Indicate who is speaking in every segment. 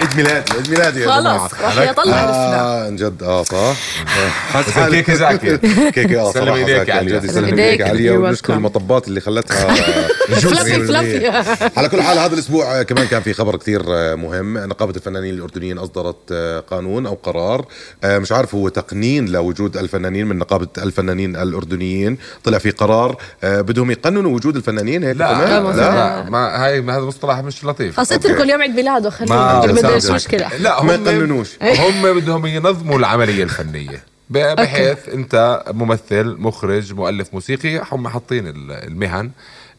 Speaker 1: عيد ميلادي عيد ميلادي يا جماعه
Speaker 2: خلص راح يطلع الفنا
Speaker 1: اه عن جد اه صح
Speaker 3: حسن كيكه زاكي
Speaker 1: كيكي اه
Speaker 3: سلم
Speaker 1: صراحه
Speaker 3: إيديك
Speaker 1: زاكي، عن
Speaker 3: عليا.
Speaker 1: جد يسلم
Speaker 2: إيديك.
Speaker 1: ايديك عليا
Speaker 2: You're
Speaker 1: ونشكر
Speaker 2: welcome.
Speaker 1: المطبات اللي خلتها
Speaker 2: فلفي
Speaker 1: 100%.
Speaker 2: فلفي
Speaker 1: على كل حال هذا الاسبوع آه، كمان كان في خبر كثير آه، مهم نقابه الفنانين الاردنيين اصدرت آه، قانون او قرار آه، مش عارف هو تقنين لوجود الفنانين من نقابه الفنانين الاردنيين طلع في قرار آه، بدهم يقننوا وجود الفنانين هيك
Speaker 3: لا
Speaker 1: كمان؟
Speaker 2: لا،
Speaker 1: لا
Speaker 3: لا ما هاي هذا مصطلح مش لطيف
Speaker 2: خلص اتركوا اليوم عيد ميلاده
Speaker 3: ما-
Speaker 2: خليه ما بدهش
Speaker 1: سامحك.
Speaker 2: مشكلة
Speaker 3: لا هم
Speaker 1: ما يقننوش.
Speaker 3: هم بدهم ينظموا العمليه الفنيه ب- بحيث انت ممثل مخرج مؤلف موسيقي هم حاطين ال- المهن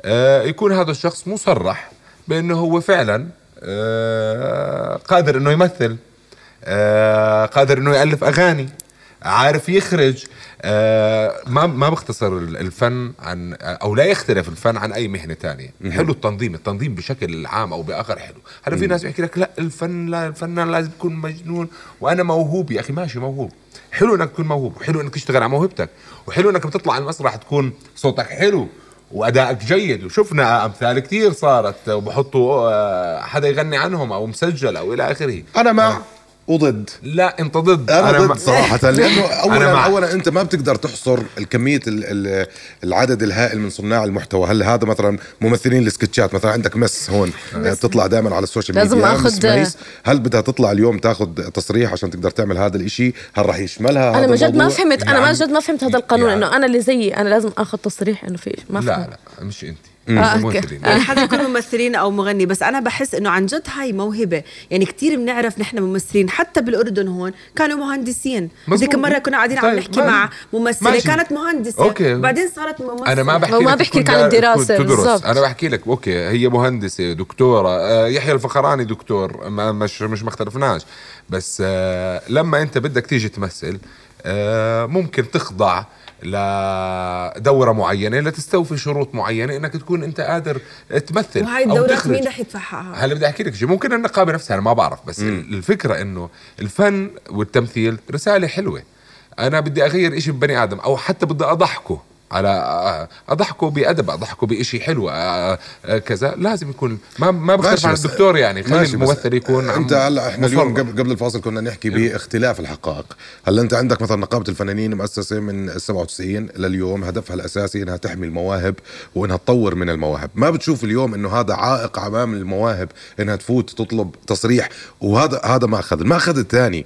Speaker 3: آه، يكون هذا الشخص مصرح بانه هو فعلا آه، قادر انه يمثل آه، قادر انه يالف اغاني عارف يخرج آه، ما ما بختصر ال- الفن عن او لا يختلف الفن عن اي مهنه تانية حلو التنظيم التنظيم بشكل عام او باخر حلو هلا في ناس بيحكي لك لا الفن لا الفنان لازم يكون مجنون وانا موهوب يا اخي ماشي موهوب حلو انك تكون موهوب وحلو انك تشتغل على موهبتك وحلو انك بتطلع على المسرح تكون صوتك حلو وادائك جيد وشفنا امثال كثير صارت وبحطوا آه، حدا يغني عنهم او مسجل او الى اخره
Speaker 1: انا مع وضد
Speaker 3: لا انت ضد
Speaker 1: انا
Speaker 3: مع-
Speaker 1: ضد صراحه لانه
Speaker 3: أنا
Speaker 1: اولا
Speaker 3: مع.
Speaker 1: اولا انت ما بتقدر تحصر الكميه ال- ال- العدد الهائل من صناع المحتوى هلا هذا مثلا ممثلين السكتشات مثلا عندك مس هون آه، بتطلع دائما على السوشيال
Speaker 2: لازم
Speaker 1: ميديا
Speaker 2: آخذ-
Speaker 1: مس ميس. هل بدها تطلع اليوم تاخذ تصريح عشان تقدر تعمل هذا الإشي هل راح يشملها هذا
Speaker 2: أنا من جد ما
Speaker 1: الموضوع؟
Speaker 2: فهمت أنا
Speaker 3: يعني-
Speaker 2: ما جد ما فهمت هذا القانون
Speaker 3: يعني-
Speaker 2: إنه أنا اللي زيي أنا لازم آخذ تصريح إنه في ما
Speaker 3: لا
Speaker 2: فهمت
Speaker 3: لا مش انت
Speaker 2: آه،
Speaker 3: مو
Speaker 2: أوكي.
Speaker 3: أنت اللي-
Speaker 4: يعني حدا يكون ممثلين او مغني بس انا بحس انه عن جد هاي موهبه يعني كثير بنعرف نحن ممثلين حتى بالاردن هون كانوا مهندسين
Speaker 3: مزبوط.
Speaker 4: ذيك المره كنا قاعدين عم
Speaker 3: طيب،
Speaker 4: نحكي
Speaker 3: ما-
Speaker 4: مع ممثله
Speaker 3: ماشي.
Speaker 4: كانت مهندسه
Speaker 3: أوكي.
Speaker 4: بعدين صارت ممثله
Speaker 2: آه.
Speaker 3: انا ما بحكي
Speaker 2: وما
Speaker 3: لك
Speaker 2: بحكيك
Speaker 3: تكون
Speaker 2: عن
Speaker 3: دار-
Speaker 2: الدراسة،
Speaker 3: تكون تدرس
Speaker 2: بالضبط.
Speaker 3: انا بحكي لك اوكي هي مهندسه دكتوره آه، يحيى الفخراني دكتور ما مش مش ما اختلفناش بس آه، لما انت بدك تيجي تمثل آه، ممكن تخضع لدورة معينة لتستوفي شروط معينة انك تكون انت قادر تمثل
Speaker 4: وهاي
Speaker 3: أو
Speaker 4: الدورات
Speaker 3: تخرج.
Speaker 4: مين رح يدفعها
Speaker 3: هلا بدي احكي لك شيء ممكن النقابه نفسها انا ما بعرف بس مم. الفكره انه الفن والتمثيل رساله حلوه انا بدي اغير إشي ببني ادم او حتى بدي اضحكه على آه، اضحكه بادب اضحكه بإشي حلو أ- أ- كذا لازم يكون ما ما بختلف
Speaker 1: ماشي
Speaker 3: عن
Speaker 1: بس-
Speaker 3: الدكتور يعني خلي
Speaker 1: ماشي بس
Speaker 3: الممثل يكون عم-
Speaker 1: انت هلا احنا اليوم
Speaker 3: مصمم. نعم.
Speaker 1: قبل قبل الفاصل كنا نحكي باختلاف الحقائق هلا انت عندك مثلا نقابه الفنانين مؤسسه من ال 97 لليوم هدفها الاساسي انها تحمي المواهب وانها تطور من المواهب ما بتشوف اليوم انه هذا عائق امام المواهب انها تفوت تطلب تصريح وهذا هذا ما اخذ الماخذ الثاني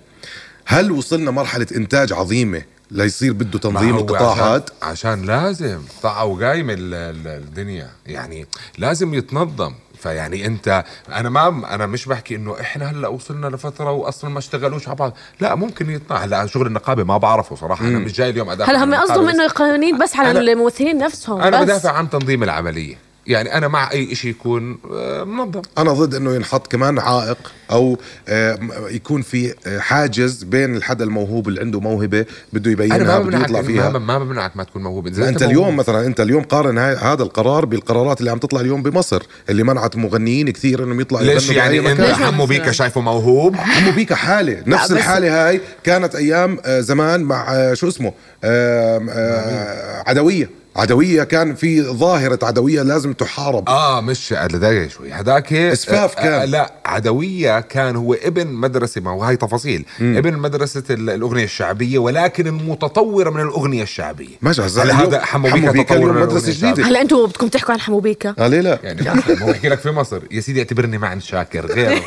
Speaker 1: هل وصلنا مرحله انتاج عظيمه ليصير بده
Speaker 3: ما
Speaker 1: تنظيم
Speaker 3: هو
Speaker 1: القطاعات
Speaker 3: عشان, عشان لازم طاعة وقايمة ال- ال- الدنيا يعني لازم يتنظم فيعني انت انا ما انا مش بحكي انه احنا هلا وصلنا لفتره واصلا ما اشتغلوش على بعض لا ممكن يطلع هلا شغل النقابه ما بعرفه صراحه انا مش جاي اليوم ادافع
Speaker 2: هلا
Speaker 3: عن
Speaker 2: هم
Speaker 3: النقابة،
Speaker 2: قصدهم
Speaker 3: بس
Speaker 2: إنه القوانين بس على
Speaker 3: أنا-
Speaker 2: الممثلين نفسهم
Speaker 3: انا
Speaker 2: بس.
Speaker 3: بدافع عن تنظيم العمليه يعني انا مع اي شيء يكون آه، منظم
Speaker 1: انا ضد انه ينحط كمان عائق او آه، م- يكون في آه، حاجز بين الحدا الموهوب اللي عنده موهبه بده
Speaker 3: انا
Speaker 1: يبينها
Speaker 3: ما
Speaker 1: بده
Speaker 3: بمنعك
Speaker 1: يطلع
Speaker 3: ما
Speaker 1: فيها
Speaker 3: ما بمنعك ما تكون موهوب إذا
Speaker 1: انت
Speaker 3: موهوب-
Speaker 1: اليوم مثلا انت اليوم قارن هاي هذا القرار بالقرارات اللي عم تطلع اليوم بمصر اللي منعت مغنيين كثير انهم يطلعوا
Speaker 3: ليش
Speaker 1: يغنوا بأي
Speaker 3: يعني انت
Speaker 1: مكان.
Speaker 2: ليش ما
Speaker 3: حمو بيكا
Speaker 4: بسمع؟
Speaker 3: شايفه موهوب
Speaker 1: عمو بيكا حاله نفس
Speaker 4: بس-
Speaker 1: الحاله هاي كانت ايام آه، زمان مع آه، شو اسمه آم، آه، عدويه عدويه كان في ظاهره عدويه لازم تحارب
Speaker 3: اه مش دقيقة شوي هداك
Speaker 1: إسفاف
Speaker 3: آه،
Speaker 1: كان.
Speaker 3: آه لا عدوية كان هو ابن مدرسة ما وهي تفاصيل مم. ابن مدرسة ال- الأغنية الشعبية ولكن المتطورة من الأغنية الشعبية
Speaker 1: ماشي هسا
Speaker 3: هلا
Speaker 1: اليوم
Speaker 3: هذا حمو
Speaker 1: حمو
Speaker 3: بيكا
Speaker 1: بيكا
Speaker 3: تطور
Speaker 1: اليوم
Speaker 3: من
Speaker 1: مدرسة
Speaker 3: الأغنية
Speaker 1: جديدة.
Speaker 3: الشعبية.
Speaker 2: هلا أنتوا بدكم تحكوا عن حموبيكا
Speaker 1: آه، ليه لا
Speaker 3: يعني ما هو بحكي لك في مصر يا سيدي اعتبرني مع شاكر غير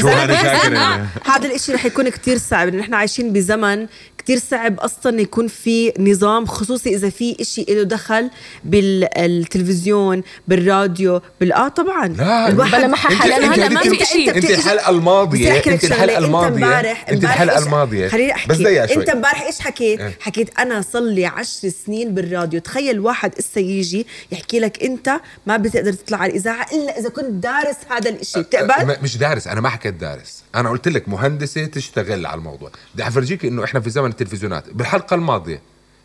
Speaker 3: شو أنا شاكر يعني.
Speaker 4: هذا الاشي رح يكون كتير صعب لأن نحن عايشين بزمن كتير صعب اصلا يكون في نظام خصوصي اذا في اشي له دخل بالتلفزيون بالراديو بال اه طبعا
Speaker 3: لا، بلا
Speaker 2: ما
Speaker 3: أنت-
Speaker 2: حلال
Speaker 3: أنت-
Speaker 2: هلا
Speaker 3: أنت-
Speaker 2: ما في شيء
Speaker 3: انت الحلقه الماضيه
Speaker 4: بدي أحكي لك
Speaker 3: انت
Speaker 4: شغلة،
Speaker 3: الحلقه الماضيه
Speaker 4: امبارح
Speaker 3: انت
Speaker 4: امبارح
Speaker 3: الحلقه
Speaker 4: إيش-
Speaker 3: الماضيه
Speaker 4: خليني احكي
Speaker 3: بس دقيقه شوي
Speaker 4: انت امبارح ايش حكيت؟
Speaker 3: إيه.
Speaker 4: حكيت انا صار لي 10 سنين بالراديو، تخيل واحد اسا يجي يحكي لك انت ما بتقدر تطلع على الاذاعه الا اذا كنت دارس هذا الشيء، بتقبل؟
Speaker 3: م- مش دارس انا أه، ما حكيت دارس انا قلت لك مهندسه تشتغل على الموضوع بدي افرجيك انه احنا في زمن التلفزيونات بالحلقه الماضيه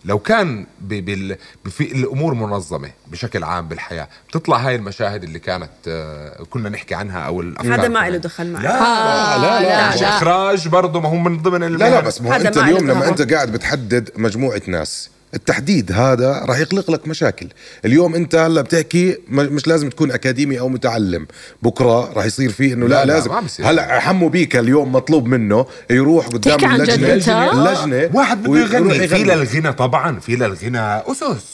Speaker 3: لو كان ب- بال... في الامور منظمه بشكل عام بالحياه بتطلع هاي المشاهد اللي كانت آه، كنا نحكي عنها او الافكار
Speaker 4: هذا ما
Speaker 3: كمان.
Speaker 4: له دخل معي
Speaker 1: لا لا لا
Speaker 3: مش اخراج آه، برضه ما هو من ضمن
Speaker 1: لا لا بس مو
Speaker 4: هذا
Speaker 1: انت
Speaker 4: ما
Speaker 1: اليوم
Speaker 4: عندنا
Speaker 1: لما
Speaker 4: طبعاً.
Speaker 1: انت قاعد بتحدد مجموعه ناس التحديد هذا راح يخلق لك مشاكل اليوم انت هلا بتحكي م- مش لازم تكون اكاديمي او متعلم بكره راح يصير فيه انه لا,
Speaker 3: لا، لا،
Speaker 1: لازم
Speaker 3: ما بصير.
Speaker 1: هلا حمو بيكا اليوم مطلوب منه يروح قدام
Speaker 2: تحكي عن جد
Speaker 1: اللجنه
Speaker 2: أنت؟
Speaker 1: اللجنه
Speaker 3: واحد بده
Speaker 1: إيه؟ ويروح
Speaker 3: يغني في للغنى طبعا في للغنى اسس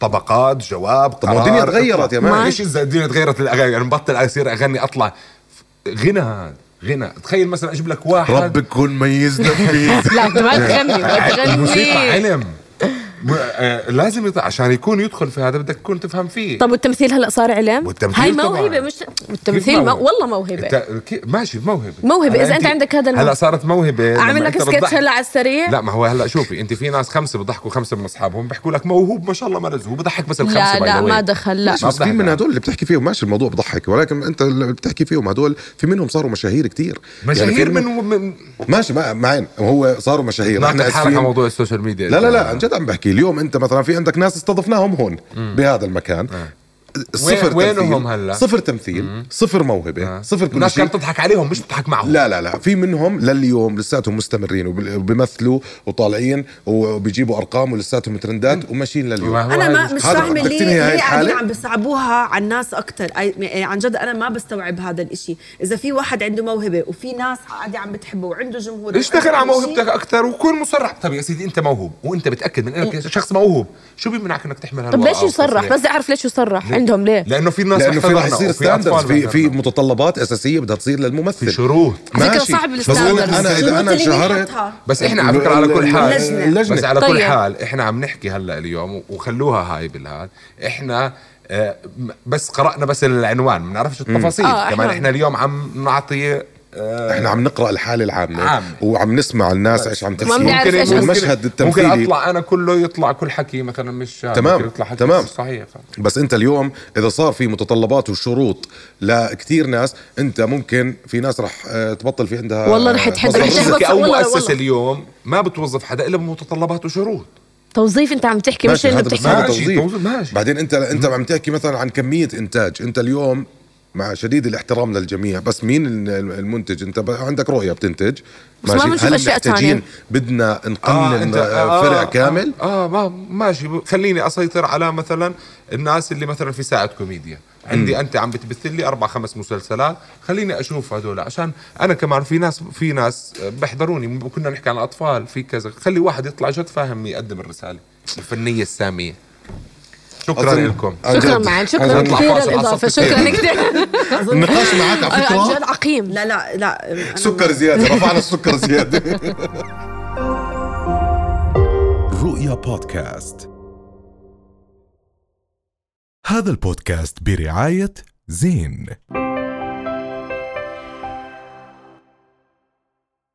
Speaker 3: طبقات جواب
Speaker 1: ما
Speaker 3: قرار،
Speaker 1: الدنيا تغيرت يا
Speaker 3: إطلاق.
Speaker 1: مان.
Speaker 3: ليش اذا الدنيا تغيرت الاغاني انا مبطل اصير اغني اطلع غنى هذا غنى تخيل مثلا اجيب لك واحد
Speaker 1: ربك كن ميزنا فيه
Speaker 2: لا انت ما تغني ما
Speaker 3: الموسيقى
Speaker 2: تغني
Speaker 3: علم م- آه، لازم يط... عشان يكون يدخل في هذا بدك تكون تفهم فيه
Speaker 2: طب والتمثيل هلا صار علم
Speaker 3: والتمثيل
Speaker 2: هاي
Speaker 3: طبعاً.
Speaker 2: موهبه مش
Speaker 3: كيف
Speaker 2: التمثيل مو... والله موهبه
Speaker 3: انت كي- ماشي موهبه
Speaker 2: موهبة،
Speaker 3: هلا
Speaker 2: إذا أنت عندك هذا المو-
Speaker 3: هلا صارت موهبه لما
Speaker 2: اعمل لك
Speaker 3: أنت
Speaker 2: سكتش
Speaker 3: بتضحك-
Speaker 2: هلا على السريع
Speaker 3: لا ما هو هلا شوفي انت في ناس خمسه بيضحكوا خمسه من اصحابهم بيحكوا لك موهوب ما شاء الله مرز هو بضحك بس الخمسه
Speaker 2: لا
Speaker 3: by
Speaker 2: لا
Speaker 3: the way.
Speaker 2: ما دخل لا
Speaker 3: ما
Speaker 1: بس في
Speaker 3: بضحك.
Speaker 1: من هدول اللي بتحكي فيهم ماشي الموضوع بضحك ولكن انت اللي بتحكي فيهم هدول في منهم صاروا مشاهير كتير يعني في
Speaker 3: مشاهير من, من
Speaker 1: ماشي ما- معين هو صاروا مشاهير
Speaker 3: ناقد حالك على
Speaker 1: آسفين.
Speaker 3: موضوع السوشيال ميديا
Speaker 1: لا لا لا عن جد عم بحكي اليوم انت مثلا في عندك ناس استضفناهم هون بهذا المكان صفر
Speaker 3: وين- وينهم
Speaker 1: تمثيل
Speaker 3: هلا؟
Speaker 1: صفر تمثيل صفر موهبه صفر كل
Speaker 3: الناس
Speaker 1: شيء
Speaker 3: كانت تضحك عليهم مش بتضحك معهم
Speaker 1: لا لا لا في منهم لليوم لساتهم مستمرين وب- وبيمثلوا وطالعين وبيجيبوا ارقام ولساتهم ترندات وماشيين
Speaker 3: ما
Speaker 1: لليوم
Speaker 3: هو
Speaker 4: انا
Speaker 3: هاي-
Speaker 4: ما مش
Speaker 1: هذا
Speaker 4: فاهمه
Speaker 1: بدك
Speaker 4: ليه
Speaker 1: تنهي هاي
Speaker 4: ليه قاعدين
Speaker 1: الحالة؟
Speaker 4: عم بصعبوها على الناس اكثر عن جد انا ما بستوعب هذا الإشي اذا في واحد عنده موهبه وفي ناس قاعده عم بتحبه وعنده جمهور
Speaker 3: ايش
Speaker 4: وعنده
Speaker 3: دخل على
Speaker 4: كل شيء،
Speaker 3: موهبتك اكثر وكون مصرح طب يا سيدي انت موهوب وانت بتاكد من انك شخص موهوب شو بيمنعك انك تحمل
Speaker 2: طب
Speaker 3: هالورقة
Speaker 2: ليش
Speaker 3: أو
Speaker 2: يصرح
Speaker 3: التصريح؟
Speaker 2: بس بدي اعرف ليش يصرح عندهم ليه
Speaker 3: لانه في ناس
Speaker 1: لانه في رح
Speaker 3: احتضنوا،
Speaker 1: يصير
Speaker 3: وفي
Speaker 1: ستاندرز
Speaker 3: أطفال
Speaker 1: في في
Speaker 3: احتضنوا.
Speaker 1: متطلبات اساسيه بدها تصير للممثل
Speaker 3: في شروط
Speaker 2: فكرة
Speaker 1: ماشي.
Speaker 2: صعب
Speaker 1: بس
Speaker 2: الستاندرز.
Speaker 1: انا اذا انا
Speaker 4: شروط اللي مين
Speaker 1: انشهرت
Speaker 4: حطها؟
Speaker 3: بس احنا على فكره على كل حال
Speaker 4: اللجنة.
Speaker 1: اللجنة.
Speaker 3: بس على كل
Speaker 2: طيب.
Speaker 3: حال احنا عم نحكي هلا اليوم وخلوها هاي بالهاد احنا آه، م- بس قرانا بس العنوان ما بنعرفش التفاصيل
Speaker 2: آه،
Speaker 3: كمان
Speaker 2: إحنا-
Speaker 3: احنا اليوم عم نعطي آه،
Speaker 1: احنا عم نقرا الحاله العامه
Speaker 3: عامة.
Speaker 1: وعم نسمع الناس ايش عم
Speaker 2: ما بنعرف
Speaker 1: تحكي
Speaker 2: إيش قصدك.
Speaker 1: والمشهد
Speaker 3: ممكن
Speaker 1: التمثيلي
Speaker 3: اطلع انا كله يطلع كل حكي مثلا مش
Speaker 1: تمام،
Speaker 3: ممكن يطلع حكي
Speaker 1: تمام.
Speaker 3: مش صحيح
Speaker 1: بس انت اليوم اذا صار في متطلبات وشروط لكثير ناس انت ممكن في ناس رح آه، تبطل في عندها
Speaker 2: والله رح تحد-
Speaker 1: مصدر
Speaker 2: رح
Speaker 1: رزق.
Speaker 2: تحبط.
Speaker 3: شركه او
Speaker 2: والله-
Speaker 3: مؤسسه
Speaker 2: والله.
Speaker 3: اليوم ما بتوظف حدا الا بمتطلبات وشروط
Speaker 2: توظيف انت عم تحكي مش
Speaker 1: ماشي،
Speaker 2: انه
Speaker 1: هذا بس
Speaker 2: بتحكي
Speaker 1: هذا
Speaker 3: ماشي،
Speaker 1: توظيف.
Speaker 3: توظيف، ماشي.
Speaker 1: بعدين انت انت عم تحكي مثلا عن كميه انتاج انت اليوم مع شديد الاحترام للجميع بس مين ال- المنتج انت ب- عندك رؤيه بتنتج
Speaker 2: بس ما بنشوف
Speaker 1: هل
Speaker 2: أشياء
Speaker 1: محتاجين
Speaker 2: تانية.
Speaker 1: بدنا نقنن آه فرع كامل
Speaker 3: اه, آه ما ماشي ب- خليني اسيطر على مثلا الناس اللي مثلا في ساعه كوميديا عندي انت عم بتبث لي اربع خمس مسلسلات خليني اشوف هدول عشان انا كمان في ناس في ناس بحضروني م- كنا نحكي عن اطفال في كذا خلي واحد يطلع جد فاهم يقدم الرساله الفنيه الساميه شكرا
Speaker 1: أظن-
Speaker 3: لكم
Speaker 1: عن
Speaker 2: شكرا
Speaker 1: جد.
Speaker 2: معك
Speaker 1: عن
Speaker 2: شكرا
Speaker 1: جد.
Speaker 3: نطلع
Speaker 2: كثير
Speaker 3: فاصل،
Speaker 2: الاضافه
Speaker 3: عصبت
Speaker 2: شكرا
Speaker 3: كثير.
Speaker 2: كثير
Speaker 1: النقاش معك على
Speaker 2: عن جد
Speaker 1: فكره
Speaker 2: عقيم
Speaker 4: لا لا لا أنا-
Speaker 1: سكر زياده رفعنا السكر زياده
Speaker 5: رؤيا بودكاست هذا البودكاست برعاية زين